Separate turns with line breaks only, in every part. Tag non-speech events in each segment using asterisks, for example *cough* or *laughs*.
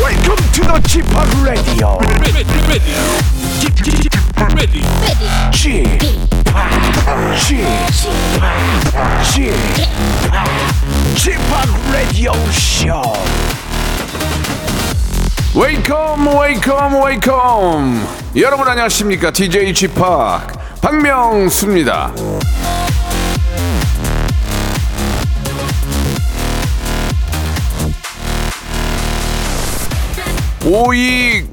Welcome to the g p o p Radio.
ready, ready, Get- get- get ready,
g p o p g p o p g p o p Radio Show.
웨이컴 웨이컴 웨이컴 여러분 안녕하십니까 DJ g p o p 박명수입니다 오이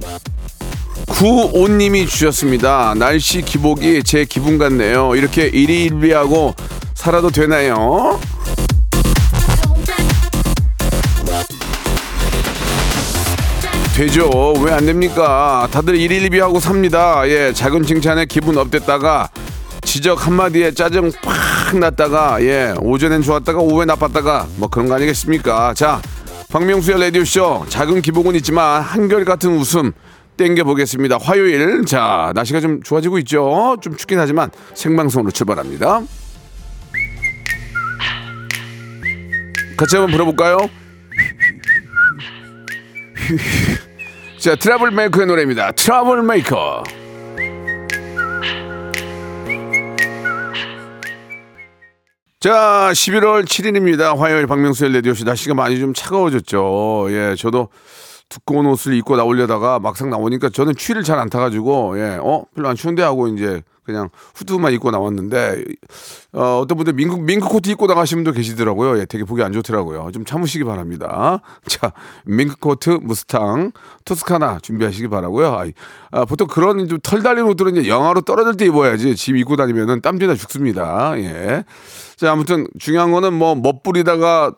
95님이 주셨습니다. 날씨 기복이 제 기분 같네요. 이렇게 일희일비하고 살아도 되나요? 되죠. 왜 안 됩니까? 다들 일일비하고 삽니다. 예, 작은 칭찬에 기분 업됐다가 지적 한마디에 짜증 팍 났다가 예, 오전엔 좋았다가 오후에 나빴다가 뭐 그런 거 아니겠습니까? 자, 박명수의 라디오쇼 작은 기복은 있지만 한결같은 웃음 땡겨보겠습니다. 화요일. 자, 날씨가 좀 좋아지고 있죠? 좀 춥긴 하지만 생방송으로 출발합니다. 같이 한번 불어볼까요? 자, 트러블 메이커의 노래입니다. 트러블 메이커. 자, 11월 7일입니다. 화요일 박명수의 레디오씨 날씨가 많이 좀 차가워졌죠. 예, 저도 두꺼운 옷을 입고 나오려다가 막상 나오니까 저는 추위를 잘 안 타가지고 예, 어 별로 안 추운데 하고 이제 그냥 후드만 입고 나왔는데 어, 어떤 분들 민크 민크 코트 입고 나가시는 분도 계시더라고요. 예, 되게 보기 안 좋더라고요. 좀 참으시기 바랍니다. *laughs* 자, 민크 코트, 무스탕, 토스카나 준비하시기 바라고요. 아이, 아, 보통 그런 좀 털 달린 옷들은 이제 영하로 떨어질 때 입어야지 집 입고 다니면은 땀띠나 죽습니다. 예. 자, 아무튼 중요한 거는 뭐 멋부리다가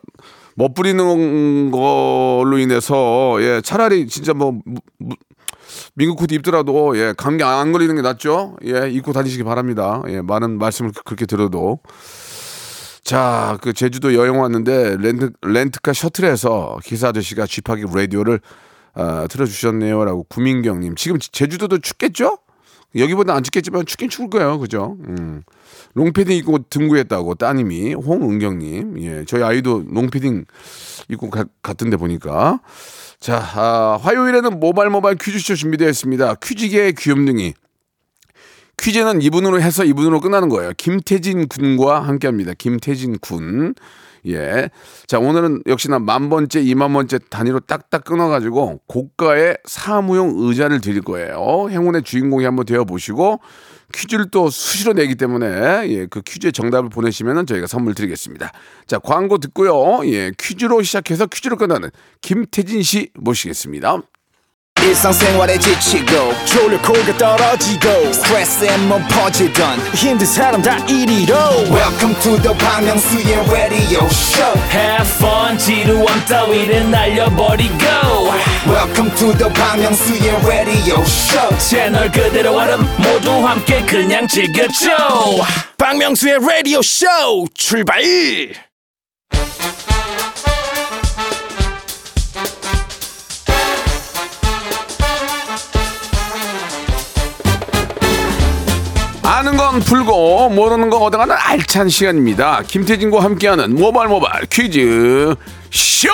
멋부리는 걸로 인해서 예 차라리 진짜 뭐 무- 무- 민국 코트 입더라도 예 감기 안 걸리는 게 낫죠 예 입고 다니시기 바랍니다 예 많은 말씀을 그- 그렇게 들어도 자 그 제주도 여행 왔는데 렌트 렌트카 셔틀에서 기사 아저씨가 쥐파기 라디오를 아, 틀어주셨네요라고 구민경님 지금 제주도도 춥겠죠 여기보다 안 춥겠지만 춥긴 추울 거예요 그죠 음. 롱패딩 입고 등구했다고 따님이 홍은경님 예 저희 아이도 롱패딩 입고 가- 갔던데 보니까 자 아, 화요일에는 모발 모발 퀴즈쇼 준비되어 있습니다 퀴즈계의 귀염둥이 퀴즈는 이분으로 해서 이분으로 끝나는 거예요 김태진 군과 함께합니다 김태진 군 예. 자, 오늘은 역시나 만 번째, 이만 번째 단위로 딱딱 끊어가지고 고가의 사무용 의자를 드릴 거예요. 행운의 주인공이 한번 되어보시고 퀴즈를 또 수시로 내기 때문에 예, 그 퀴즈의 정답을 보내시면 저희가 선물 드리겠습니다. 자, 광고 듣고요. 예, 퀴즈로 시작해서 퀴즈로 끝나는 김태진 씨 모시겠습니다.
일상생활에 지치고,
졸려 코가 떨어지고
스트레스에 몸 퍼지던,
힘든 사람 다 이리로.
welcome to the Bang Myung-soo's radio show
Have fun 지루한 따위를 날려버리고
welcome to the Bang Myung-soo's radio show
채널 그대로 얼음 모두 함께 그냥 즐겨줘
박명수의 라디오 쇼 출발.
아는 건 풀고 모르는 건 얻어가는 알찬 시간입니다. 김태진과 함께하는 모발 모발 퀴즈 쇼.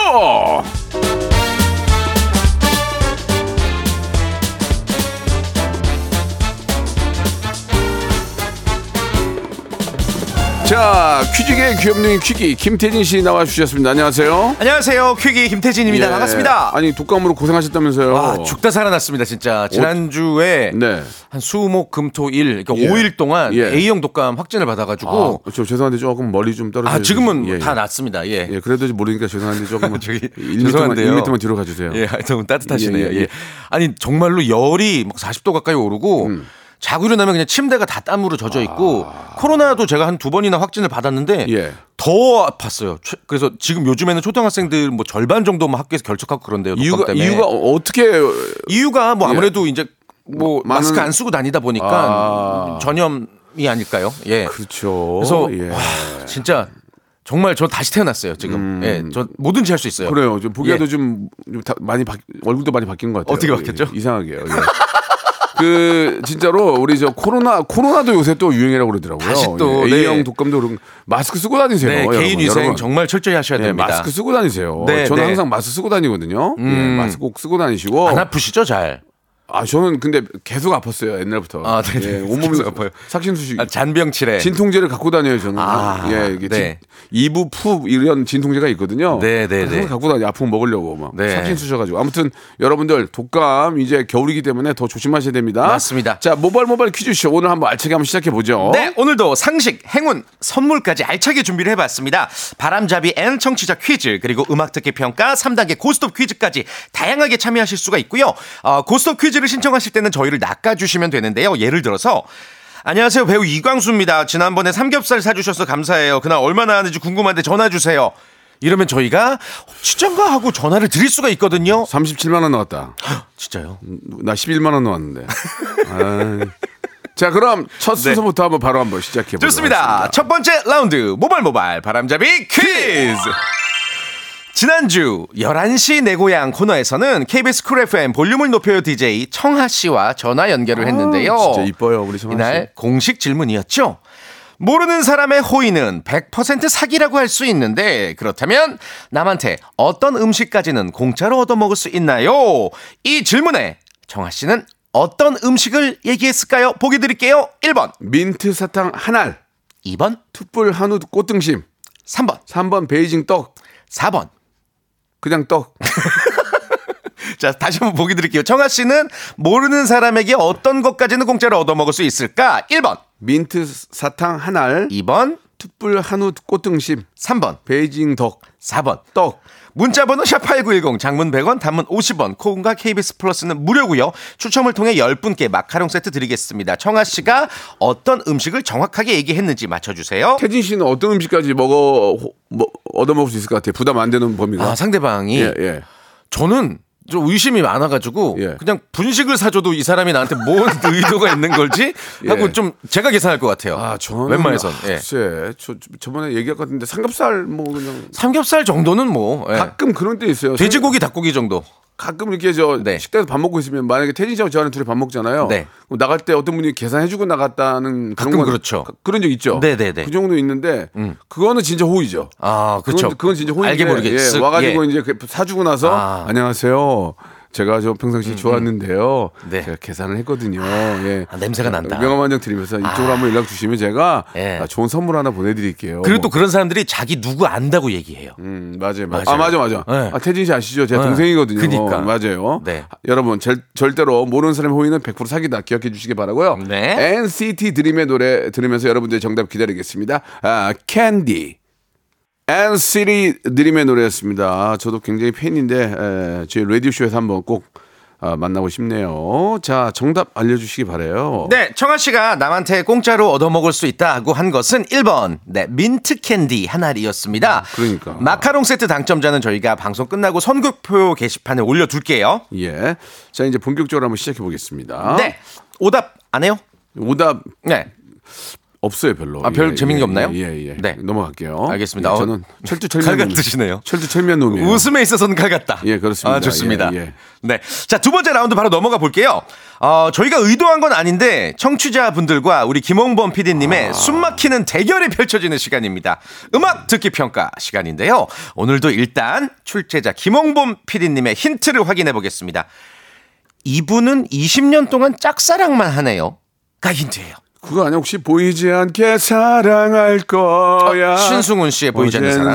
자 퀴즈계 귀염둥이 퀴기 김태진 씨 나와주셨습니다. 안녕하세요.
안녕하세요. 퀵이 김태진입니다.
예.
반갑습니다.
아니 독감으로 고생하셨다면서요?
아, 죽다 살아났습니다, 진짜. 지난주에
네.
한 수목 금토 일 그러니까
예.
5일 동안
예.
A형 독감 확진을 받아
아,
가지고
저 죄송한데 조금 멀리 좀 떨어져.
어. 아, 지금은
예,
다
예.
낫습니다. 예.
예, 그래도 모르니까 죄송한데 조금
*laughs* 저기,
1m만
죄송한데요.
1m만 뒤로 가주세요.
예, 너무 따뜻하시네요.
예,
예,
예, 예.
아니 정말로 열이 막 40도 가까이 오르고
음.
자고 일어나면 그냥 침대가 다 땀으로 젖어 있고 코로나도 제가 한 두 번이나 확진을 받았는데
아. 예.
더 아팠어요. 최- 그래서 지금 요즘에는 초등학생들 뭐 절반 정도만 학교에서 결석하고 그런데요. 독감
이유가
때문에.
이유가 어떻게
이유가 뭐 아무래도 이제 뭐
예. 많은-
마스크 안 쓰고 다니다 보니까
아.
전염이 아닐까요? 예.
그렇죠.
그래서
예.
와, 진짜 정말 저 다시 태어났어요 지금. 예, 저 뭐든지 할 수 있어요.
음. 그래요. 좀 보기에도
예.
좀, 좀 다- 많이 바, 얼굴도 많이 바뀐 것 같아요.
어떻게 바뀌었죠?
예, 이상하게요. 예. 그 진짜로 우리 저 코로나 코로나도 요새 또 유행이라고 그러더라고요.
다시 또,
예,
네.
A형 독감도 그런 마스크 쓰고 다니세요.
네,
여러분,
개인 위생
여러분.
정말 철저히 하셔야
예,
됩니다.
마스크 쓰고 다니세요.
네,
저는
네.
항상 마스크 쓰고 다니거든요. 예,
음.
마스크 꼭 쓰고 다니시고.
안 아프시죠, 잘?
아 저는 근데 계속 아팠어요 옛날부터.
아, 네, 네.
예, 온몸이
계속 아파요.
삭신수식.
아, 잔병치레.
진통제를 갖고 다녀요 저는.
아,
예, 이게
네.
진- 이부 푸 이런 진통제가 있거든요.
네, 네,
그걸
네.
갖고 다니 아프면 먹으려고 막
네.
삭신 쑤셔가지고 아무튼 여러분들 독감 이제 겨울이기 때문에 더 조심하셔야 됩니다.
맞습니다.
자 모발 모발 퀴즈쇼 오늘 한번 알차게 한번 시작해 보죠.
네, 오늘도 상식, 행운, 선물까지 알차게 준비를 해봤습니다. 바람잡이 N 청취자 퀴즈, 그리고 음악 듣기 평가, 3단계 고스톱 퀴즈까지 다양하게 참여하실 수가 있고요. 어, 고스톱 퀴즈를 신청하실 때는 저희를 낚아주시면 되는데요. 예를 들어서, 안녕하세요. 배우 이광수입니다. 지난번에 삼겹살 사주셔서 감사해요. 그날 얼마나 하는지 궁금한데 전화주세요. 이러면 저희가 어, 진짠가 하고 전화를 드릴 수가 있거든요.
37만 원 나왔다.
진짜요?
나 11만 원
*laughs*
나왔는데. 아이. 자 그럼 첫 순서부터 한번 바로 한번 시작해 보겠습니다.
네. 좋습니다. 첫 번째 라운드 모발 모발 바람잡이 퀴즈. 지난주 11시 내 고향 코너에서는 KBS 쿨 FM 볼륨을 높여요 DJ 청하 씨와 전화 연결을 했는데요.
진짜 이뻐요, 우리 청하 씨.
이날 공식 질문이었죠. 모르는 사람의 호의는 100% 사기라고 할 수 있는데 그렇다면 남한테 어떤 음식까지는 공짜로 얻어먹을 수 있나요? 이 질문에 정하 씨는 어떤 음식을 얘기했을까요? 보기 드릴게요. 1번,
민트 사탕 한 알,
2번,
툭불 한우 꽃등심,
3번,
3번 베이징 떡,
4번.
그냥 떡.
자, 다시 한번 보기 드릴게요. 청아 씨는 모르는 사람에게 어떤 것까지는 공짜로 얻어먹을 수 있을까? 1번,
민트 사탕 한 알,
2번,
툭불 한우 꽃등심,
3번,
베이징 덕,
4번.
떡.
문자번호 샵8910 장문 100원 단문 50원 콩과 KBS 플러스는 무료고요 추첨을 통해 10분께 마카롱 세트 드리겠습니다 청아 씨가 어떤 음식을 정확하게 얘기했는지 맞춰주세요
태진 씨는 어떤 음식까지 먹어 호- 뭐, 얻어 먹을 수 있을 것 같아요? 부담 안 되는 범위가.
아 상대방이
예, 예.
저는 좀 의심이 많아가지고
예.
그냥 분식을 사줘도 이 사람이 나한테 뭔 *laughs* 의도가 있는 걸지 하고
예.
좀 제가 계산할 것 같아요 웬만해선
아,
예.
글쎄, 저, 저- 저번에 얘기할 것 같은데 삼겹살 뭐 그냥
삼겹살 정도는 뭐 예.
가끔 그런 때 있어요.
돼지고기 닭고기 정도
가끔 이렇게 저
네.
식당에서 밥 먹고 있으면 만약에 태진 씨하고 저랑 둘이 밥 먹잖아요.
네.
그럼 나갈 때 어떤 분이 계산해주고 나갔다는
가끔
경우가-
그렇죠.
가- 그런 적 있죠.
네네네. 음.
그 정도 있는데 그거는 진짜 호의죠.
아 그렇죠
그건, 그건 진짜 호의인데
알게 모르게
예,
쓱,
와가지고
예.
이제 그 사주고 나서
아. 음,
안녕하세요. 제가 저 평상시 좋았는데요.
네.
제가 계산을 했거든요. 예.
아, 냄새가 난다. 아.
명함 한장 드리면서 이쪽으로 한번 연락 주시면 제가
예.
아, 좋은 선물 하나 보내드릴게요.
그리고
뭐.
또 그런 사람들이 자기 누구 안다고 얘기해요.
음, 맞아요, 맞아요.
맞아요.
아, 맞아, 맞아.
네.
아, 태진 씨 아시죠? 제
네.
동생이거든요.
그니까.
맞아요.
네.
아, 여러분, 절, 절대로 모르는 사람의 호의는 100% 사기다. 기억해 주시기 바라고요.
네.
NCT 드림의 노래 들으면서 여러분들의 정답 기다리겠습니다. 아, 캔디. NCT 드림의 노래였습니다. 아, 저도 굉장히 팬인데 에, 저희 라디오쇼에서 한번 꼭 아, 만나고 싶네요. 자, 정답 알려주시기 바래요.
네, 청아 씨가 남한테 공짜로 얻어먹을 수 있다고 한 것은 1번, 네, 민트 캔디 한 알이었습니다.
그러니까.
마카롱 세트 당첨자는 저희가 방송 끝나고 선곡표 게시판에 올려둘게요.
예. 자, 이제 본격적으로 한번 시작해 보겠습니다.
네, 오답 안 해요?
오답
네,
없어요 별로.
아, 별 재밌는 게
예,
없나요?
예, 예.
네.
넘어갈게요.
알겠습니다.
예, 저는
어,
철두철미한
칼
놈-
같으시네요.
철두철미한 놈이에요.
웃음에 있어서는 칼 같다.
예, 그렇습니다.
아, 좋습니다.
예, 예.
네. 자, 두 번째 라운드 바로 넘어가 볼게요. 어, 저희가 의도한 건 아닌데, 청취자분들과 우리 김홍범
아.
PD님의 숨 막히는 대결이 펼쳐지는 시간입니다. 음악 듣기 평가 시간인데요. 오늘도 일단 출제자 김홍범 PD님의 힌트를 확인해 보겠습니다. 이분은 20년 동안 짝사랑만 하네요. 가 힌트예요.
그거 아니야 혹시 보이지 않게 사랑할 거야.
어, 신승훈 씨의 보이지 않는
어젠
사랑.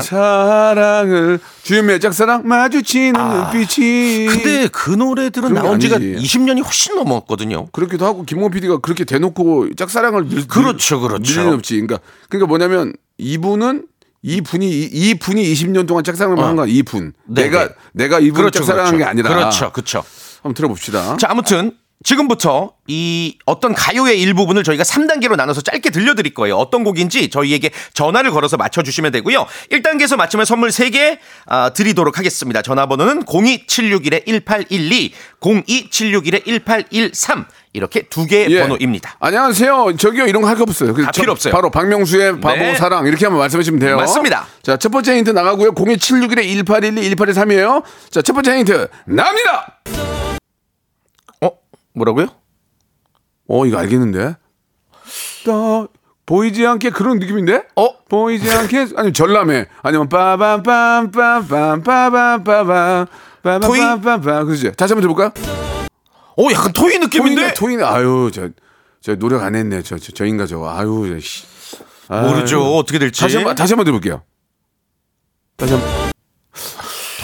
사랑을 주현미의 짝사랑 마주치는 눈빛이.
아, 근데 그 노래들은
그런 게
나온 지가
아니지.
20년이 훨씬 넘었거든요.
그렇기도 하고 김홍 PD가 그렇게 대놓고 짝사랑을 밀, 밀-
그렇죠, 그렇죠.
밀린 없지. 그러니까 그러니까 뭐냐면 이분은 이 분이 이, 이 분이 20년 동안 짝사랑을 한 건 이분.
네,
내가
네.
내가 이분 을
그렇죠,
짝사랑한
그렇죠.
게 아니라.
그렇죠, 그렇죠.
한번 들어봅시다.
자, 아무튼 지금부터 이 어떤 가요의 일부분을 저희가 3단계로 나눠서 짧게 들려드릴 거예요. 어떤 곡인지 저희에게 전화를 걸어서 맞춰주시면 되고요. 1단계에서 맞추면 선물 3개 아, 드리도록 하겠습니다. 전화번호는 02761-1812, 02761-1813 이렇게 두 개의
예.
번호입니다.
안녕하세요. 저기요 이런 거 할 거 없어요. 그래서
다
저-
필요 없어요.
바로 박명수의 바보
네.
사랑 이렇게 한번 말씀하시면 돼요.
맞습니다.
자, 첫 번째 힌트 나가고요. 02761의 1812 1813이에요. 자, 첫 번째 힌트 나옵니다.
어? 뭐라고요?
어, 이거 알겠는데? 따, 보이지 않게 그런 느낌인데?
어?
보이지 않게? 아니면 전람회. 아니면 빠밤빰빰빰빰빰빰빰빰.
토이?
빠밤빰빰빰. 그지? 다시 한번 들어볼까요?
오, 어, 약간 토이
토이네,
느낌인데?
토이네. 아유, 저, 저 노력 안 했네. 저, 저, 저 인가 저거. 아유, 저, 씨. 아유.
모르죠. 어떻게 될지.
다시 한 번, 다시 한 번 들어볼게요. 다시 한 번.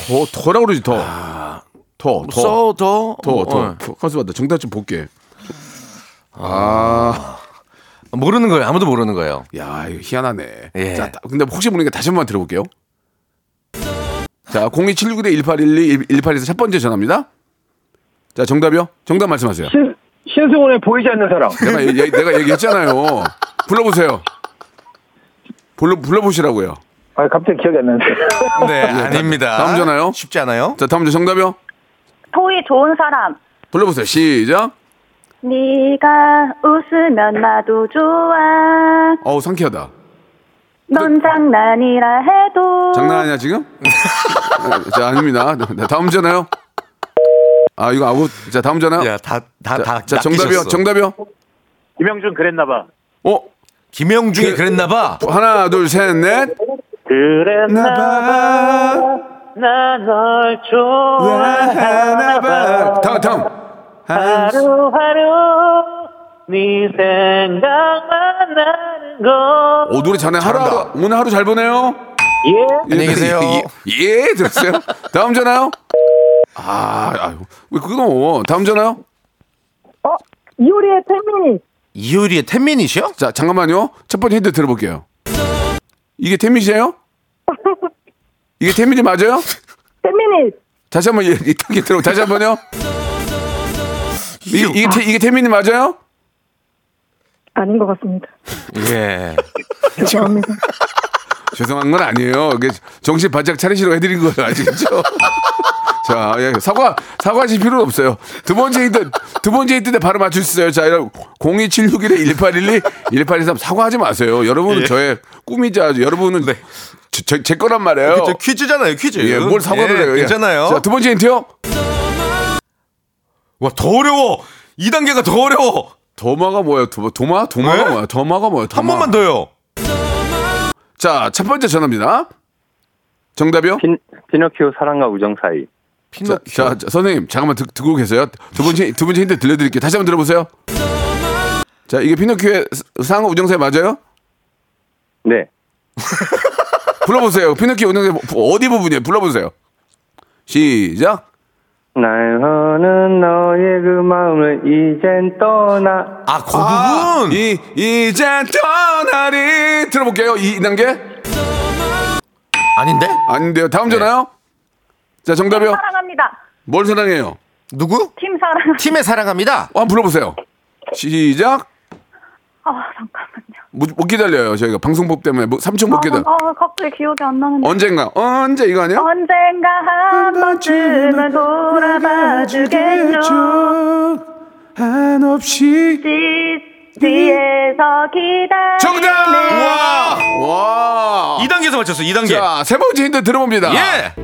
더, 더라고 그러지, 더. 아, 더, 더.
써, 더.
더,
어,
더.
어.
가수 봤다. 정답 좀 볼게.
어. 모르는 거예요. 아무도 모르는 거예요.
야, 이거 희한하네.
예.
자, 따- 근데 혹시 모르니까 다시 한 번 들어볼게요. 자, 02761-1812-18에서 첫 번째 전화입니다. 자, 정답이요? 정답 말씀하세요.
신, 신승훈의 보이지 않는 사람.
내가, 얘- 얘- 내가 얘기했잖아요. 불러보세요. 불러, 불러보시라고요.
아, 갑자기 기억이 안 나는데.
네, 아닙니다.
다음 전화요?
쉽지 않아요?
자, 다음 주 정답이요?
토이 좋은 사람.
불러보세요. 시작.
네가 웃으면 나도 좋아.
어우, 상쾌하다.
넌 장난이라 해도.
네. 장난 아니야,
*laughs*
지금? 자, 아닙니다. 네, 다음 전화요? 아, 이거 아우. 자, 다음 전화요?
야, 다, 다,
어. 자,
다.
자, 정답이요?
낚이셨어. 그
정답이요?
김영준 그랬나봐.
어?
김영중이
그-
그랬나봐.
하나, 둘, 셋, 넷.
그랬나봐. 나널 좋아하나봐.
다음 다음
하루하루 네 생각만 나는 거.
오 어, 노래 잘해 하루 하루 오늘 하루 잘 보내요
예.
예,
안녕히 계세요.
예, 예, 들었어요 다음 전화요 아 아유 왜 그거 다음 전화요
이효리의 태민이.
이효리의 텐미닛이요?
자 잠깐만요 첫 번째 힌트 들어볼게요 이게 태민이에요 이게 태민이 맞아요
태민이.
다시 한번 이렇게 들어 다시 한번요 이게 이게, 태, 이게 태민이 맞아요
아닌 것 같습니다.
예.
죄송합니다.
죄송한 건 아니에요. 이게 정신 바짝 차리시라고 해드린 거예요. 아시겠죠? *laughs* 자, 예, 사과, 사과하실 필요는 없어요. 두 번째 힌트, 두 번째 힌트 때 바로 맞추셨어요. 자, 여러분, 02761-1812, 1823 사과하지 마세요.
예.
여러분은 저의 꿈이자 여러분은
네.
저, 저- 제 거란 말이에요.
저 퀴즈잖아요, 퀴즈.
어. 예, 뭘 사과를
예,
해요. 예.
괜찮아요.
자, 두 번째 힌트요.
와, 더 어려워. 2단계가 더 어려워.
도마가 뭐예요? 도마, 도마? 도마가
네?
뭐야? 도마가 뭐야? 도마.
한 번만 더요.
자, 첫 번째 전화입니다. 정답이요?
피, 피노키오 사랑과 우정 사이.
자, 자, 자, 선생님 잠깐만 듣, 듣고 계세요. 두 번째 두 번째 힌트 들려드릴게요. 다시 한번 들어보세요. 자, 이게 피노키오의 상어 우정사에 맞아요?
네.
*laughs* 불러보세요. 피노키오 우정사 뭐, 어디 부분이에요? 불러보세요. 시작.
날 허는 너의 그 마음을 이젠 떠나.
아, 그 부분.
이 이제 떠나리 들어볼게요. 이 단계
아닌데?
아닌데요. 다음 전화요. 자, 정답이요.
사랑합니다.
뭘 사랑해요? 어,
누구?
팀 사랑.
팀에 사랑합니다.
한번 불러보세요. 시작.
아 잠깐만요.
못, 못 기다려요. 저희가 방송법 때문에 뭐, 3층 못 기다려.
아, 아, 갑자기 기억이 안 나는데.
언젠가 언제 이거 아니야?
언젠가 한 번쯤은 돌아봐 주겠죠.
한없이
뒤- 뒤에서 기다려.
정답!
네.
와! 와!
2단계에서 맞췄어, 2단계.
자, 세 번째 힌트 들어봅니다.
예!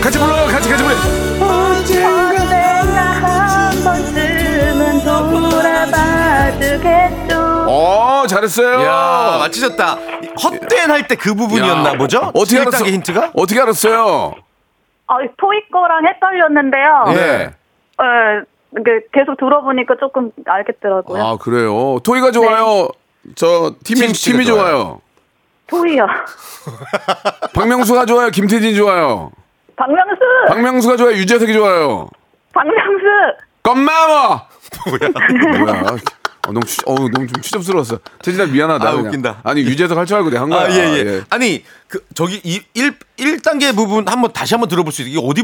같이 불러요. 같이 같이 불러요.
언젠가 한 번쯤은 돌아봐 주겠죠.
어, 잘했어요.
야, 맞히셨다. 헛된 할 때 그 부분이었나
야.
보죠?
어떻게
1단계
알았어?
힌트가?
어떻게 알았어요?
아, 토익 거랑 헷갈렸는데요.
예.
예, 이게 계속 들어보니까 조금 알겠더라고요.
아, 그래요. 토이가
네.
좋아요. 저 팀이
팀 씨가
팀이 좋아요.
토이요.
박명수가 좋아요. 김태진 좋아요.
*laughs* 박명수!
박명수가 좋아요. 유재석이 좋아요.
박명수!
고마워. 뭐야? 뭐야? 어, 너무 추, 어, 너무 좀 추접스러웠어. 태진아 미안하다.
아,
그냥.
웃긴다.
아니 유재석 할 줄 알고 내가 한 거야.
아, 예, 예. 아니, 그, 저기, 이, 1, 일단계 부분 한번 다시 한번 들어볼 수 있어요. 이게 어디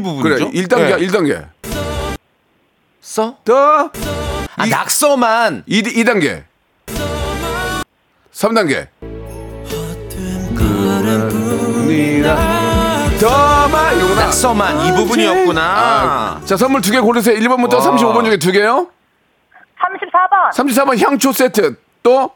그래,
부분이죠?
일단계
예.
일단계
써?
더
아, 낙서만.
이 2단계. 3단계. 더마 이거구나. 아,
낙서만. 이 부분이었구나.
자, 선물 두 개 고르세요. 1번부터
와.
35번 중에 두 개요.
34번!
34번 향초 세트. 또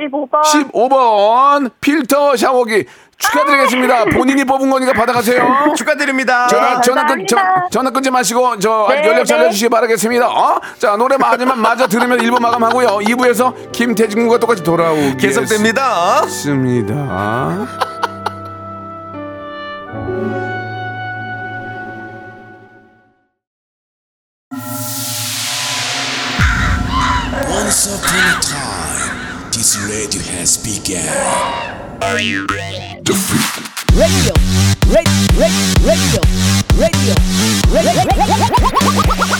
15번!
15번 필터 샤워기.
*laughs*
축하드리겠습니다. 본인이 뽑은 거니까 받아가세요.
축하드립니다.
전화, 전화, 끊,
어, 감사합니다.
전, 화 끊지 마시고 저
네,
연락 잘
네.
해주시기 바라겠습니다. 어? 자 노래 마지막 마저 들으면 1부 마감하고요. 2부에서 김태진 군과 똑같이 돌아오겠습니다.
계속됩니다.
예,
Once upon a time, this radio has begun.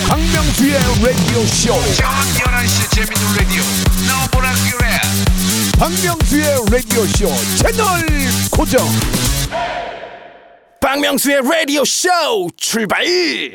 박명수의 라디오 쇼. 저녁 11시 재밌는 라디오. 너보라 그래. 박명수의 라디오 쇼 채널 고정. 박명수의 라디오 쇼
*laughs*
출발.
네,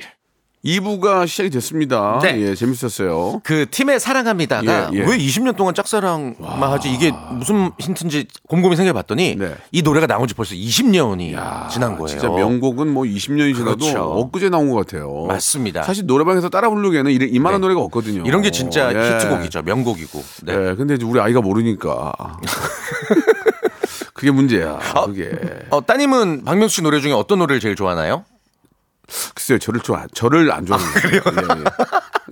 2부가 시작이 됐습니다.
네.
예, 재밌었어요.
그 팀의 사랑합니다가
예, 예.
왜 20년 동안 짝사랑만 하지 이게 무슨 힌트인지 곰곰이 생각해봤더니
네.
이 노래가 나온 지 벌써 20년이 지난 거예요.
아, 진짜 명곡은 뭐 20년이 지나도
그렇죠.
엊그제 나온 것 같아요.
맞습니다. 네.
사실 노래방에서 따라 부르기에는 이래- 이만한 노래가 없거든요.
이런 게 진짜
예.
히트곡이죠. 명곡이고. 네.
예, 근데 이제 우리 아이가
*laughs*
모르니까. 그게 문제야. 그게.
어, 따님은 박명수 씨 노래 중에 어떤 노래를 제일 좋아하나요?
글쎄요, 저를 좀, 안- 저를 안 좋아하는 거예요. 예, 예.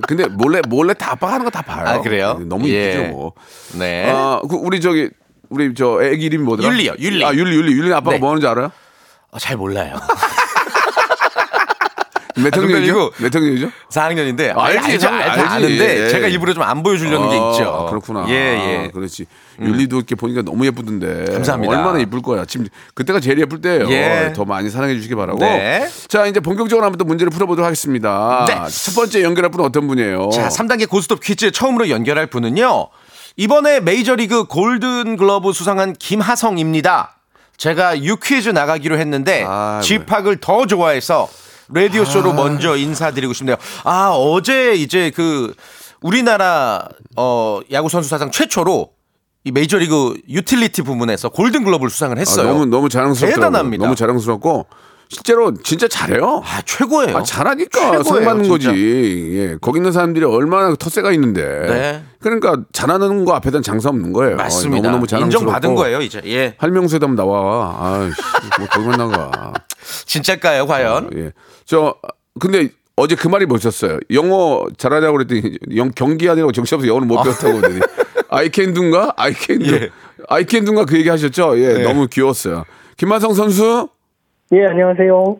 근데 몰래, 몰래 다 아빠가 하는 거 다 봐요.
아, 그래요?
너무
예.
이쁘죠, 뭐.
네.
아, 그 우리 저기, 우리 저 애기 이름이 뭐더라?
율리요, 율리.
아, 율리, 율리. 율리 아빠가
네.
뭐 하는지 알아요?
어, 잘 몰라요. *laughs*
몇 학년이죠?
농담이고.
몇 학년이죠?
4학년인데
아, 알지,
알지,
당연히
알지,
알지.
아는데
예.
제가 일부러 좀 안 보여주려는 게
아,
있죠.
그렇구나.
예, 예.
아, 그렇지. 윤리도 이렇게 보니까 너무 예쁘던데.
감사합니다.
얼마나 예쁠 거야. 지금 그때가 제일 예쁠 때예요.
예.
더 많이 사랑해 주시기 바라고.
네.
자, 이제 본격적으로 한번 또 문제를 풀어보도록 하겠습니다.
네.
첫 번째 연결할 분은 어떤 분이에요?
자, 3단계 고스톱 퀴즈 처음으로 연결할 분은요. 이번에 메이저리그 골든 글러브 수상한 김하성입니다. 제가 6퀴즈 나가기로 했는데
아이고.
집학을 더 좋아해서 라디오 쇼로 먼저 인사드리고 싶네요. 아, 어제 이제 그 우리나라 어 야구 선수 사상 최초로 이 메이저리그 유틸리티 부문에서 골든 글러브를 수상을
아,
했어요.
너무 너무 자랑스럽다.
대단합니다.
너무 자랑스럽고 실제로 진짜 잘해요.
아, 최고예요.
아, 잘하니까
최고예요,
상 받는
진짜.
거지. 예. 거기 있는 사람들이 얼마나 텃세가 있는데.
네.
그러니까 잘하는 거 앞에는 장사 없는 거예요.
맞습니다.
어, 너무너무 자랑스럽고.
인정받은 거예요, 이제. 예.
할명수에다 한번 나와. 아이씨, 뭐 거기만 나가.
진짜일까요, 과연?
예. 저 근데 어제 그 말이 멋있었어요. 영어 잘하냐고 그랬더니 영 경기하느라고 정신없어 영어를 못 배웠다고
*laughs*
그러더니 아이캔둔가? 아이캔둔.
아. 예.
아이캔둔가 그 얘기 하셨죠? 예,
예.
너무 귀여웠어요. 김만성 선수
예, 안녕하세요.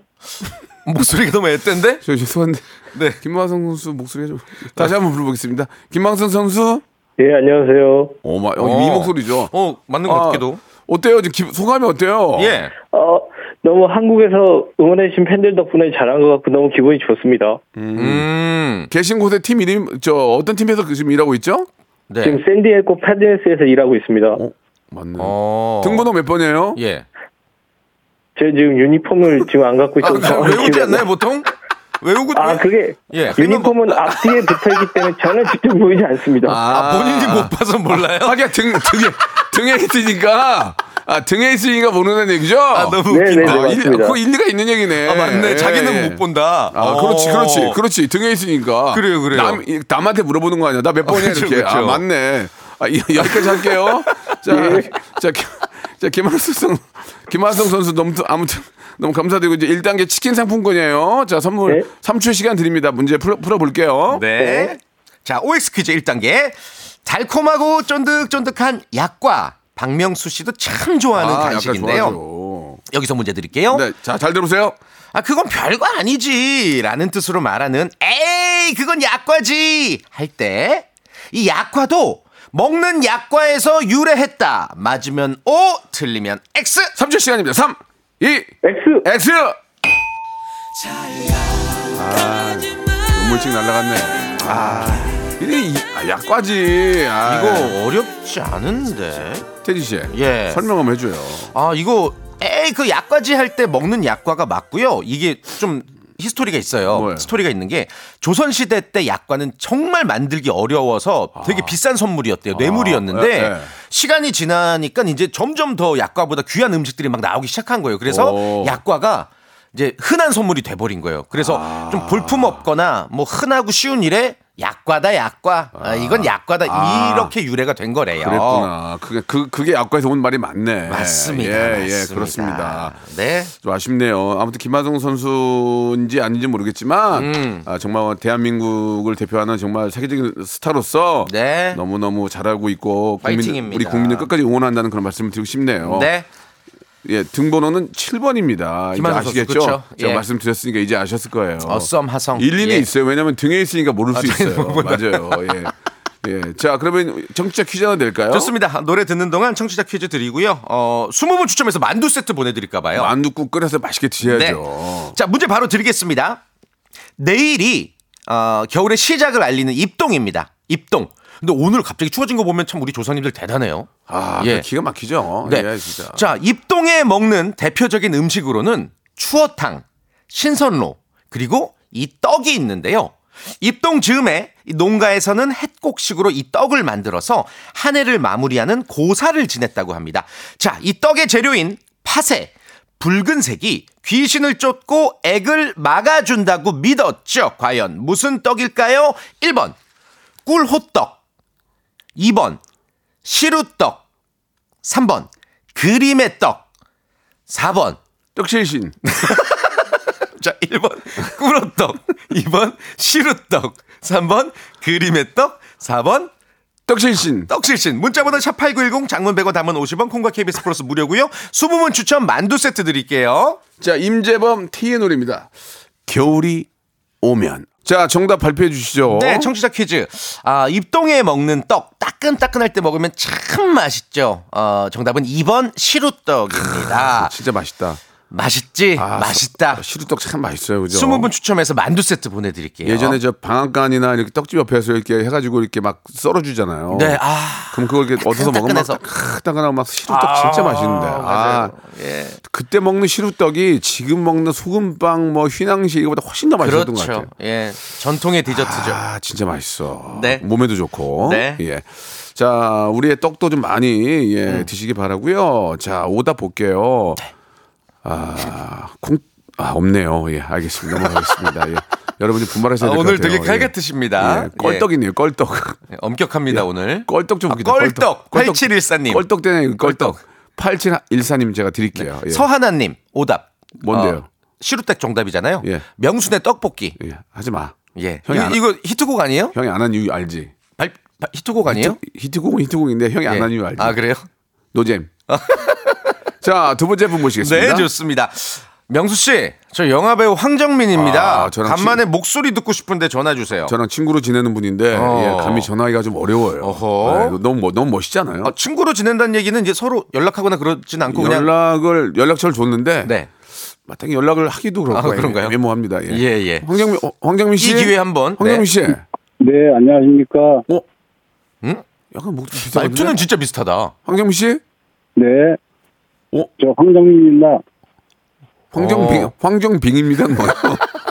예.
목소리가 너무 애땐데?
저 죄송한데 *laughs*
네.
김만성 선수 목소리가 좀 다시 한번 불러보겠습니다. 김만성 선수
예, 안녕하세요.
오마
어.
이 목소리죠.
어, 맞는 것
아,
같기도.
어때요? 지금 기- 소감이 어때요?
예.
어, 너무 한국에서 응원해주신 팬들 덕분에 잘한 것 같고 너무 기분이 좋습니다.
네. 음.
계신 곳의 팀 이름 저 어떤 팀에서 그 지금 일하고 있죠?
네.
지금 샌디에고 패드네스에서 일하고 있습니다.
어, 맞네.
어.
등번호 몇 번이에요?
예.
제가 지금
*laughs*
유니폼을 지금 안
아,
갖고 있어서
그냥
정확히
외우지
기억이 안
않나요,
나요.
보통? 외우고
아, 그게
예.
유니폼은 앞뒤에 붙어 있기 때문에 저는 직접 보이지 않습니다.
아, 본인이 못 봐서 몰라요?
하기야 등 등에 등에 있으니까 아 등에 있으니까 모르는 얘기죠?
아, 너무
네,
웃긴다.
네, 네,
아, 일-
맞습니다.
그거 일리가 있는 얘기네.
아, 맞네.
예.
자기는 못 본다.
아, 그렇지, 그렇지, 그렇지. 등에 있으니까.
어. 그래요, 그래요.
남, 이- 남한테 물어보는 거 아니야? 나 몇 번이야,
그렇죠,
이렇게. 아,
그렇죠.
맞네. 아, 이- 여기까지
*laughs*
할게요. 자,
예.
자, 김, 자, 김한성 선 김한성 선수 너무, 아무튼 너무 감사드리고, 이제 1단계 치킨 상품권이에요. 자, 선물
네.
삼 3초 시간 드립니다. 문제 풀어, 풀어볼게요.
네. 자, OX 퀴즈 1단계. 달콤하고 쫀득쫀득한 약과 박명수 씨도 참 좋아하는
아, 약간
간식인데요.
좋아하죠.
여기서 문제 드릴게요.
네, 자, 잘 들어보세요.
아, 그건 별거 아니지. 라는 뜻으로 말하는 에이, 그건 약과지. 할 때 이 약과도 먹는 약과에서 유래했다. 맞으면 O, 틀리면 X.
3초 시간입니다. 3, 2,
X
엑스! 아, 너무 일찍 날라갔네. 아, 이게 이- 아, 약과지. 아,
이거 어렵지 않은데.
태지 씨,
예.
설명 한번 해줘요.
아, 이거 에이, 그 약과지 할 때 먹는 약과가 맞고요. 이게 좀 히스토리가 있어요.
뭐예요?
스토리가 있는 게 조선시대 때 약과는 정말 만들기 어려워서 되게 비싼 선물이었대요. 뇌물이었는데
아. 예, 예.
시간이 지나니까 이제 점점 더 약과보다 귀한 음식들이 막 나오기 시작한 거예요. 그래서
오.
약과가
아.
이제 흔한 선물이 돼버린 거예요. 그래서 좀 볼품 없거나 뭐 흔하고 쉬운 일에 약과다 약과. 아, 이건 약과다
아.
이렇게 유래가 된 거래요.
그랬구나. 그게 그, 그게 약과에서 온 말이 맞네.
어. 맞습니다.
예, 예,
맞습니다.
그렇습니다.
네.
좀 아쉽네요. 아무튼 김하성 선수인지 아닌지 모르겠지만
음.
아, 정말 대한민국을 대표하는 정말 세계적인 스타로서
네.
너무 너무 잘하고 있고 국민,
파이팅입니다.
우리 국민들 끝까지 응원한다는 그런 말씀을 드리고 싶네요.
네.
예, 등번호는 7번입니다. 이제
김하성 선수,
아시겠죠?
그쵸?
제가
예.
말씀드렸으니까 이제 아셨을 거예요.
어썸 하성.
일리는
예. 아,
있어요. 왜냐면 등에 있으니까 모를 수
당연히
있어요.
모른다.
맞아요. 예. 예. 자, 그러면 정치적 퀴즈 하나 될까요?
좋습니다. 노래 듣는 동안 청취자 퀴즈 드리고요. 어, 20분 추첨해서 만두 세트 보내드릴까 봐요. 네.
만두국 끓여서 맛있게 드셔야죠.
자, 문제 바로 드리겠습니다. 내일이 어, 겨울의 시작을 알리는 입동입니다. 입동. 근데 오늘 갑자기 추워진 거 보면 참 우리 조상님들 대단해요.
아,
예.
기가 막히죠.
네.
예, 진짜.
자, 입동에 먹는 대표적인 음식으로는 추어탕, 신선로, 그리고 이 떡이 있는데요. 입동 즈음에 이 농가에서는 햇곡식으로 이 떡을 만들어서 한 해를 마무리하는 고사를 지냈다고 합니다. 자, 이 떡의 재료인 팥에 붉은색이 귀신을 쫓고 액을 막아준다고 믿었죠. 과연 무슨 떡일까요? 1번, 꿀호떡. 2번, 시루떡. 3번 그림의 떡 4번
떡실신.
자 1번 꿀어떡 2번 시루떡 3번 그림의 떡 4번
떡실신.
떡실신 문자번호 샵8910 장문 100원 담은 50원 콩과 KBS 플러스 무료고요 20분 추첨 만두 세트 드릴게요
자, 임재범 T의 노래입니다. 겨울이 오면. 자, 정답 발표해 주시죠.
네 청취자 퀴즈 아 입동에 먹는 떡 따끈따끈할 때 먹으면 참 맛있죠 어 정답은 2번 시루떡입니다
진짜 맛있다.
맛있지
아,
그렇죠. 맛있다
시루떡 참 맛있어요. 그죠?
20분 추첨해서 만두 세트 보내드릴게요
예전에 저 방앗간이나 이렇게 떡집 옆에서 이렇게 해가지고 이렇게 막 썰어주잖아요.
네, 아.
그럼 그걸 이렇게 얻어서 먹으면 막
따끈따끈해서.
따끈따끈하고 막 시루떡 진짜 맛있는데. 아,
예.
그때 먹는 시루떡이 지금 먹는 소금빵 뭐 휘낭시 이거보다 훨씬 더 맛있었던 것
그렇죠.
같아요.
예. 전통의 디저트죠.
아, 진짜 맛있어.
네.
몸에도 좋고.
네.
예. 자, 우리의 떡도 좀 많이 예,
음.
드시기 바라고요. 자, 오답 볼게요.
네.
아, 콩 아, 없네요. 예, 알겠습니다. 넘어가겠습니다.
*laughs*
예. 여러분이 분발하셔야
아,
될것
오늘
같아요.
되게
예.
칼같으십니다.
예, 껄떡이네요. 껄떡. *laughs*
예. 엄격합니다, 오늘.
껄떡 좀
아,
웃기다.
껄떡.
껄떡.
8714님.
껄떡 되네. 껄떡. 8714님 제가 드릴게요. 예.
네. 서하나님, 오답.
뭔데요?
어, 시루떡 정답이잖아요.
예.
명순의 떡볶이.
예, 하지 마.
예.
형이 안-
이, 거 히트곡 아니에요?
형이 안 한 이유 알지?
발, 발- 히트곡 아니에요?
히트곡은 히트곡인데 형이 예, 안 한 이유 알지?
아, 그래요? *laughs*
노잼. 자, 두 번째 분 모시겠습니다.
네, 좋습니다. 명수 씨, 저 영화 배우 황정민입니다.
아, 저랑
간만에 목소리 듣고 싶은데 전화 주세요.
저랑 친구로 지내는 분인데
어.
예, 감히 전화하기가 좀 어려워요.
어허.
네, 너무 멋- 너무 멋있잖아요.
어, 친구로 지낸다는 얘기는 이제 서로 연락하거나 그러진 않고 그냥
연락을 연락처를 줬는데
네.
마땅히 연락을 하기도 그렇고
아, 그런가요?
애매모합니다. 예.
예, 예.
황정민 어, 황정민 씨.
이 기회에 한번.
황정민
네.
씨.
네, 안녕하십니까.
어?
응?
약간 목소리 비슷한데.
말투는 진짜 비슷하다.
황정민 씨?
네.
어?
저 황정민입니다.
황정빙
어.
황정빙입니다.
*laughs*
뭐.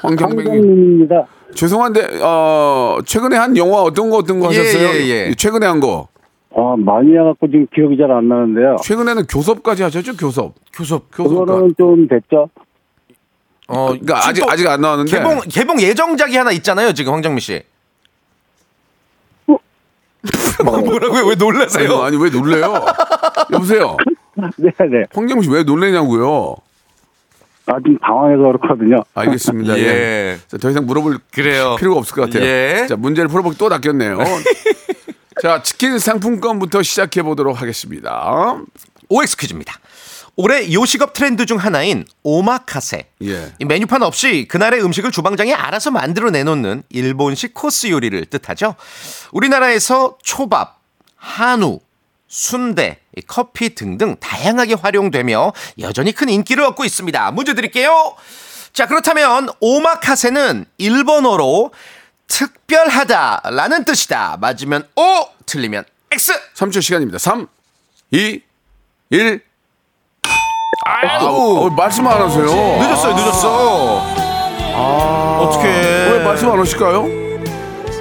황정빙.
황정민입니다.
죄송한데 어 최근에 한 영화 어떤 거 어떤 거
예,
하셨어요?
예, 예.
최근에 한 거.
아, 많이 해갖고 지금 기억이 잘 안 나는데요.
최근에는 교섭까지 하셨죠? 교섭. 교섭. 교섭.
그거는 좀 됐죠.
어,
그러니까 아직
지금 또
아직 안 나왔는데.
개봉 개봉 예정작이 하나 있잖아요, 지금 황정민 씨. *laughs* 뭐라고요? 왜
아니,
놀라세요?
아니 왜
*laughs*
놀래요? 여보세요.
네, 네.
황정민 씨 왜 놀래냐고요?
아, 좀 당황해서 그렇거든요.
알겠습니다. 예.
*laughs* 예.
자, 더 이상 물어볼
그래요.
필요가 없을 것 같아요.
예.
자, 문제를 풀어보기 또
*laughs*
낚였네요. 자, 치킨 상품권부터 시작해 보도록 하겠습니다.
OX 퀴즈입니다. 올해 요식업 트렌드 중 하나인 오마카세.
예.
이 메뉴판 없이 그날의 음식을 주방장이 알아서 만들어 내놓는 일본식 코스 요리를 뜻하죠. 우리나라에서 초밥, 한우, 순대, 이 커피 등등 다양하게 활용되며 여전히 큰 인기를 얻고 있습니다. 문제 드릴게요. 자, 그렇다면 오마카세는 일본어로 특별하다라는 뜻이다. 맞으면 O, 틀리면 X.
3초 시간입니다. 3, 2, 1.
아우.
어,
네.
말씀 안 하세요.
늦었어요, 늦었어. 어떻게? 뭐
왜 말씀 안 하실까요?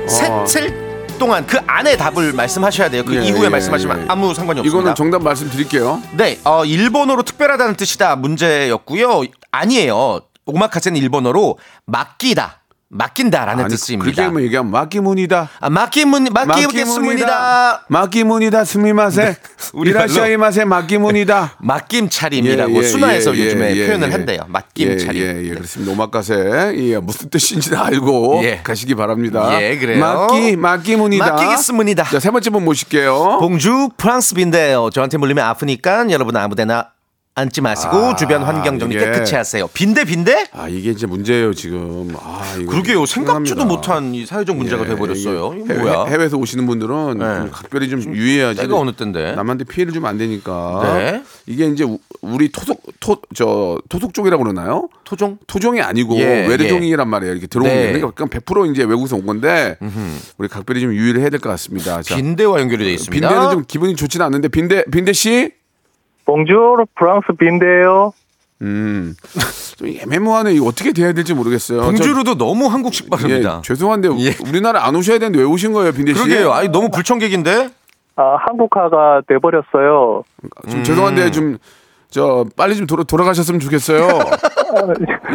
아. 셋셀 동안 그 안에 답을 말씀하셔야 돼요. 그
예,
이후에
예,
말씀하시면
예.
아무 상관이 없습니다.
이거는 정답 말씀드릴게요.
네, 어, 일본어로 특별하다는 뜻이다 문제였고요. 아니에요. 오마카세는 일본어로 맡기다. 맡긴다라는
그렇게
뜻입니다.
하면 얘기하면 마키문이다.
아, 맡기문 맡기겠습니다.
마키문이다 스미마세.
네. 우리 말로.
이라시아이마세 마키문이다.
맡김 차림이라고 예, 순화해서 요즘에 표현을 한대요. 맡김
예,
차림.
예, 예,
네.
그렇습니다. 오마카세 예, 무슨 뜻인지 다 알고
예.
가시기 바랍니다.
예, 그래요.
마키 마키문이다.
맡기겠습니다.
자, 세 번째 분 모실게요.
봉주 프랑스빈데요. 어, 저한테 물리면 아프니까 여러분 아무데나 앉지 마시고
아,
주변 환경 정리
예.
깨끗이 하세요. 빈대 빈대?
아 이게 이제 문제예요 지금. 아 이거
그러게요.
심각합니다.
생각지도 못한 이 사회적 문제가
예,
돼버렸어요.
이게
이거
해외,
뭐야? 네.
해외에서 오시는 분들은 좀 각별히 좀 유의해야지.
때가 어느 때인데?
남한테 피해를 주면 안 되니까.
네.
이게 이제 우- 우리 토속 토저 토속 쪽이라고 그러나요?
토종?
토종이 아니고
예,
외래종이란 말이에요. 이렇게 들어온 게
네.
그러니까 100% 이제 외국에서 온 건데 우리 각별히 좀 유의를 해야 될 것 같습니다. 자,
빈대와 연결이 돼 있습니다.
빈대는 좀 기분이 좋지는 않는데 빈대 빈대 씨,
봉주르 프랑스 빈데요.
음. 좀 애매모호하네. 이거 어떻게 돼야 될지 모르겠어요.
봉주루도 너무 한국식
저- 예,
발음이다.
죄송한데
예.
우리나라 안 오셔야 되는데 왜 오신 거예요, 빈대 씨?
그러게요. 아니 너무 불청객인데?
아, 한국화가 돼버렸어요.
좀 죄송한데 좀 저 빨리 좀 돌아, 돌아가셨으면 좋겠어요.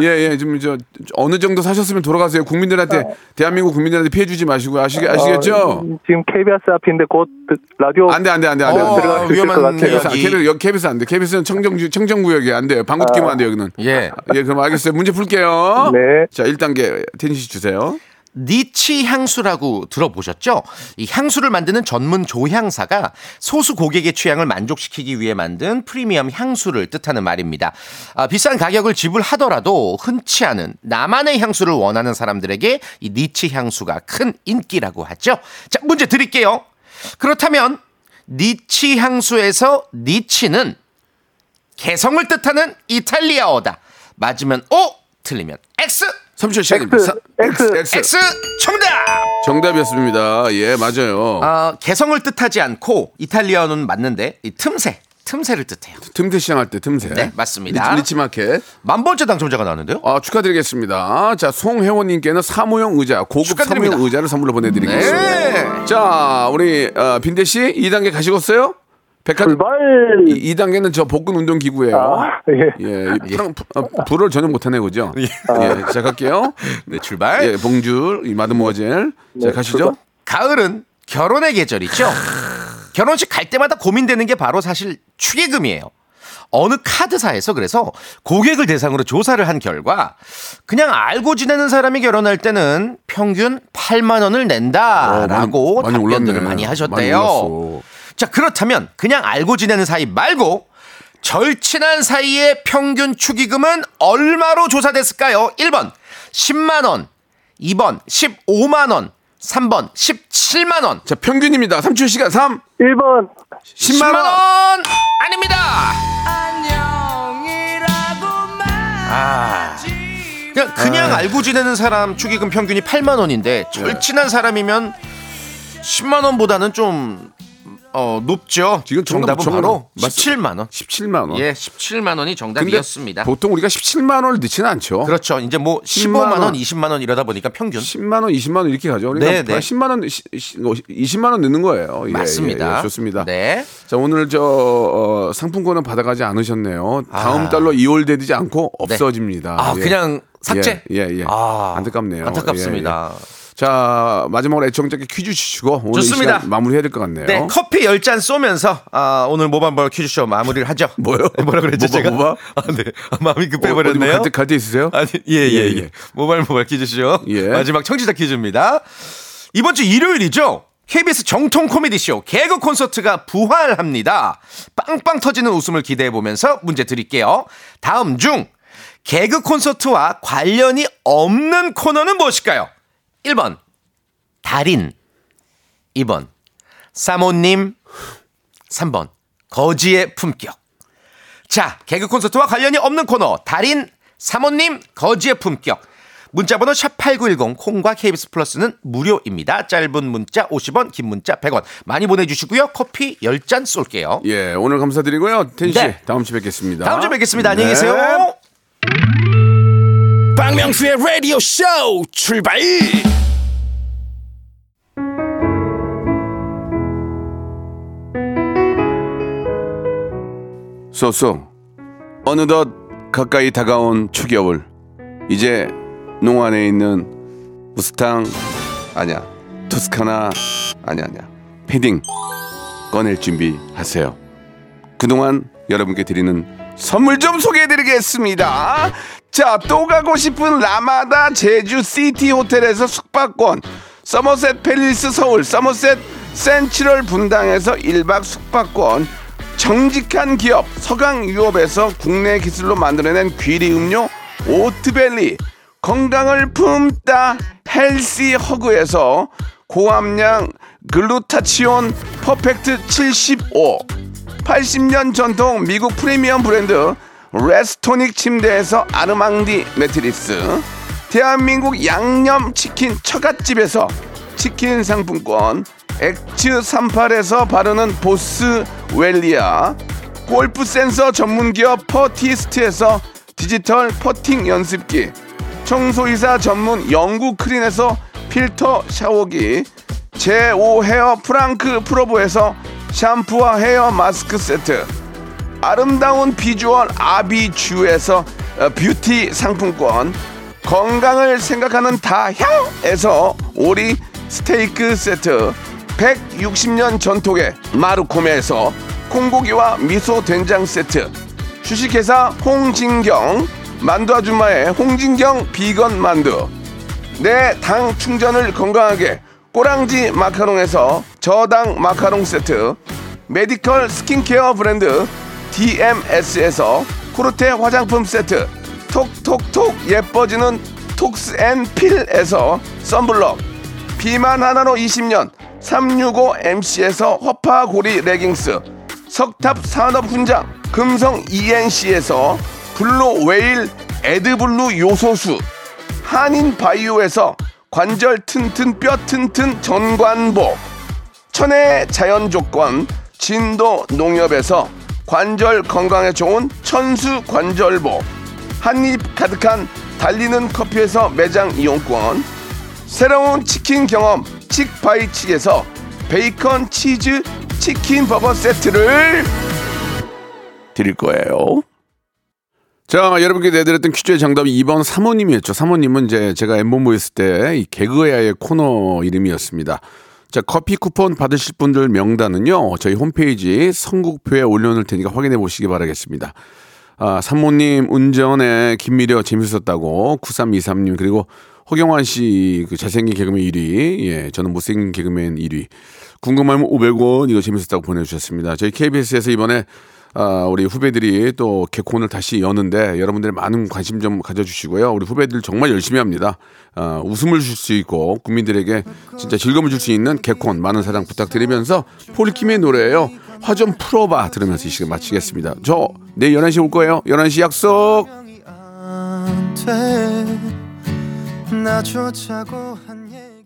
예, 예, 좀 저 어느 정도 사셨으면 돌아가세요. 국민들한테 대한민국 국민들한테 피해 주지 마시고 아시 아시겠죠?
어, 지금 KBS 앞인데 곧 라디오
안 돼, 안 돼, 안 돼, 안 돼. 안
어,
돼.
들어갈 수 있을
위험한
것 같아요.
케비스 안-
이-
케비스 여기 케비스 안 돼. 케비스는 청정 청정 구역이 안 돼요. 방구 끼면 안 돼요, 여기는.
예.
예, 그럼 알겠어요. 문제 풀게요.
네.
자, 1단계 테니스 주세요.
니치 향수라고 들어보셨죠? 이 향수를 만드는 전문 조향사가 소수 고객의 취향을 만족시키기 위해 만든 프리미엄 향수를 뜻하는 말입니다. 아, 비싼 가격을 지불하더라도 흔치 않은 나만의 향수를 원하는 사람들에게 이 니치 향수가 큰 인기라고 하죠. 자, 문제 드릴게요. 그렇다면 니치 향수에서 니치는 개성을 뜻하는 이탈리아어다. 맞으면 O, 틀리면 X.
30초 시작입니다. 사-
X,
X.
X 정답.
정답이었습니다. 예, 맞아요.
아 개성을 뜻하지 않고 이탈리아어는 맞는데 이 틈새 틈새를 뜻해요.
틈새 시장할 때 틈새.
네, 맞습니다.
리치 마켓.
만 번째 당첨자가 나왔는데요.
아, 축하드리겠습니다. 자, 송혜원님께는 사무용 의자, 고급
축하드립니다.
사무용 의자를 선물로 보내드리겠습니다.
네.
자, 우리 어, 빈대 씨 2단계 가시겠어요? 백화점
출발.
2단계는 저 복근 운동 기구예요.
아, 예.
예, 이 프랑, 부- 어, 불을 전혀 못하네 그죠? 예, 자 갈게요.
네 출발.
예, 봉줄, 이 마드모아젤, 자 가시죠.
네, 출발.
가을은 결혼의 계절이죠. 결혼식 갈 때마다 고민되는 게 바로 사실 축의금이에요. 어느 카드사에서 그래서 고객을 대상으로 조사를 한 결과 그냥 알고 지내는 사람이 결혼할 때는 평균 8만 원을 낸다라고
어, 많이- 많이
답변들을
올랐네.
많이
많이
하셨대요.
올랐어.
자 그렇다면 그냥 알고 지내는 사이 말고 절친한 사이의 평균 축의금은 얼마로 조사됐을까요? 1번 10만 원, 2번 15만 원, 3번 17만 원,
자 평균입니다. 3초 시간 3,
1번
10만 원.
아닙니다. 아. 네. 그냥 그냥 알고 지내는 사람 축의금 평균이 8만 원인데 절친한 사람이면 10만 원보다는 좀 어, 높죠.
지금 정답,
정답은 바로
정답.
17만 원.
17만 원.
예, 17만
근데
원이 정답이었습니다.
보통 우리가 17만 원을 넣지는 않죠.
그렇죠. 이제 뭐 15만
10만
원, 예,
원,
20만 원 이러다 보니까 평균
10만 원, 20만 원 이렇게 가죠. 그러니까
네, 네.
10만 원, 시- 시- 20만 원 넣는 거예요. 예,
맞습니다.
예, 예, 좋습니다.
네.
자 오늘 저 어, 상품권은 받아가지 않으셨네요. 다음
아. 네.
달로 2월되지 않고 없어집니다.
아,
예.
그냥 삭제?
예, 예. 예.
아,
안타깝네요. 예, 예.
안타깝습니다.
자 마지막으로 애청자께 퀴즈 주시고 오늘
좋습니다.
이 시간 마무리해야 될 것 같네요. 어,
네, 커피 10잔 쏘면서 아, 오늘 모반벌 퀴즈쇼 마무리를 하죠.
*laughs* 뭐요?
*laughs* 뭐라 그랬죠,
뭐가,
제가?
뭐가?
아, 네. 아, 마음이
어디
급해버렸네요.
뭐 갈때 갈때 있으세요?
*laughs* 아니, 예, 예, 예.
예, 예.
모바일 모바일 퀴즈쇼.
예.
마지막 청취자 퀴즈입니다. 이번 주 일요일이죠. KBS 정통 코미디쇼 개그 콘서트가 부활합니다. 빵빵 터지는 웃음을 기대해 보면서 문제 드릴게요. 다음 중 개그 콘서트와 관련이 없는 코너는 무엇일까요? 1번 달인 2번 사모님 3번 거지의 품격 자, 개그 콘서트와 관련이 없는 코너 달인 사모님 거지의 품격. 문자 번호 샵8910 콩과 KBS 플러스는 무료입니다. 짧은 문자 50원, 긴 문자 100원. 많이 보내 주시고요. 커피 10잔 쏠게요.
예, 오늘 감사드리고요. 텐 씨,
네.
다음 주에 뵙겠습니다.
다음 주에 뵙겠습니다.
네.
안녕히 계세요.
박명수의 라디오 쇼 출발
소소 어느덧 가까이 다가온 추겨울 이제 농안에 있는 무스탕 아니야 토스카나 아니야 아니야 패딩 꺼낼 준비하세요. 그동안 여러분께 드리는 선물 좀 소개해드리겠습니다. 자, 또 가고 싶은 라마다 제주 시티 호텔에서 숙박권, 서머셋 팰리스 서울, 서머셋 센트럴 분당에서 1박 숙박권, 정직한 기업 서강 유업에서 국내 기술로 만들어낸 귀리 음료 오트밸리, 건강을 품다 헬시 허그에서 고함량 글루타치온 퍼펙트 75 80년 전통 미국 프리미엄 브랜드 레스토닉 침대에서 아르망디 매트리스 대한민국 양념치킨 처갓집에서 치킨 상품권 엑츠 38에서 바르는 보스 웰리아 골프 센서 전문기업 퍼티스트에서 디지털 퍼팅 연습기 청소이사 전문 영구 크린에서 필터 샤워기 제5 헤어 프랑크 프로보에서 샴푸와 헤어 마스크 세트 아름다운 비주얼 아비주에서 어, 뷰티 상품권 건강을 생각하는 다향에서 오리 스테이크 세트 160년 전통의 마루코메에서 콩고기와 미소 된장 세트 주식회사 홍진경 만두 아줌마의 홍진경 비건 만두 내 당 충전을 건강하게 꼬랑지 마카롱에서 저당 마카롱 세트 메디컬 스킨케어 브랜드 DMS에서 코르테 화장품 세트 톡톡톡 예뻐지는 톡스앤필에서 썬블럭 비만 하나로 20년 365MC에서 허파고리 레깅스 석탑 산업훈장 금성 ENC에서 블루웨일 에드블루 요소수 한인바이오에서 관절 튼튼 뼈 튼튼 전관복 천혜 자연 조건 진도 농협에서 관절 건강에 좋은 천수 관절보 한입 가득한 달리는 커피에서 매장 이용권 새로운 치킨 경험 칙바이칙에서 베이컨 치즈 치킨 버거 세트를 드릴 거예요. 자, 여러분께 내드렸던 퀴즈의 정답이 2번 사모님이었죠. 사모님은 이제 제가 엠본부 있을 때 이 개그야의 코너 이름이었습니다. 자, 커피 쿠폰 받으실 분들 명단은요, 저희 홈페이지 선곡표에 올려놓을 테니까 확인해 보시기 바라겠습니다. 아, 사모님 운전에 김미려 재밌었다고 9323님 그리고 허경환 씨 그 잘생긴 개그맨 1위 예 저는 못생긴 개그맨 1위 궁금하면 500원 이거 재밌었다고 보내주셨습니다 저희 KBS에서 이번에 아, 우리 후배들이 또 개콘을 다시 여는데 여러분들의 많은 관심 좀 가져주시고요 우리 후배들 정말 열심히 합니다 아, 웃음을 줄 수 있고 국민들에게 진짜 즐거움을 줄 수 있는 개콘 많은 사랑 부탁드리면서 폴킴의 노래예요 화 좀 풀어봐 들으면서 이 시간 마치겠습니다 저 내일 11시 올 거예요 11시 약속
나 쫓아고 한 예.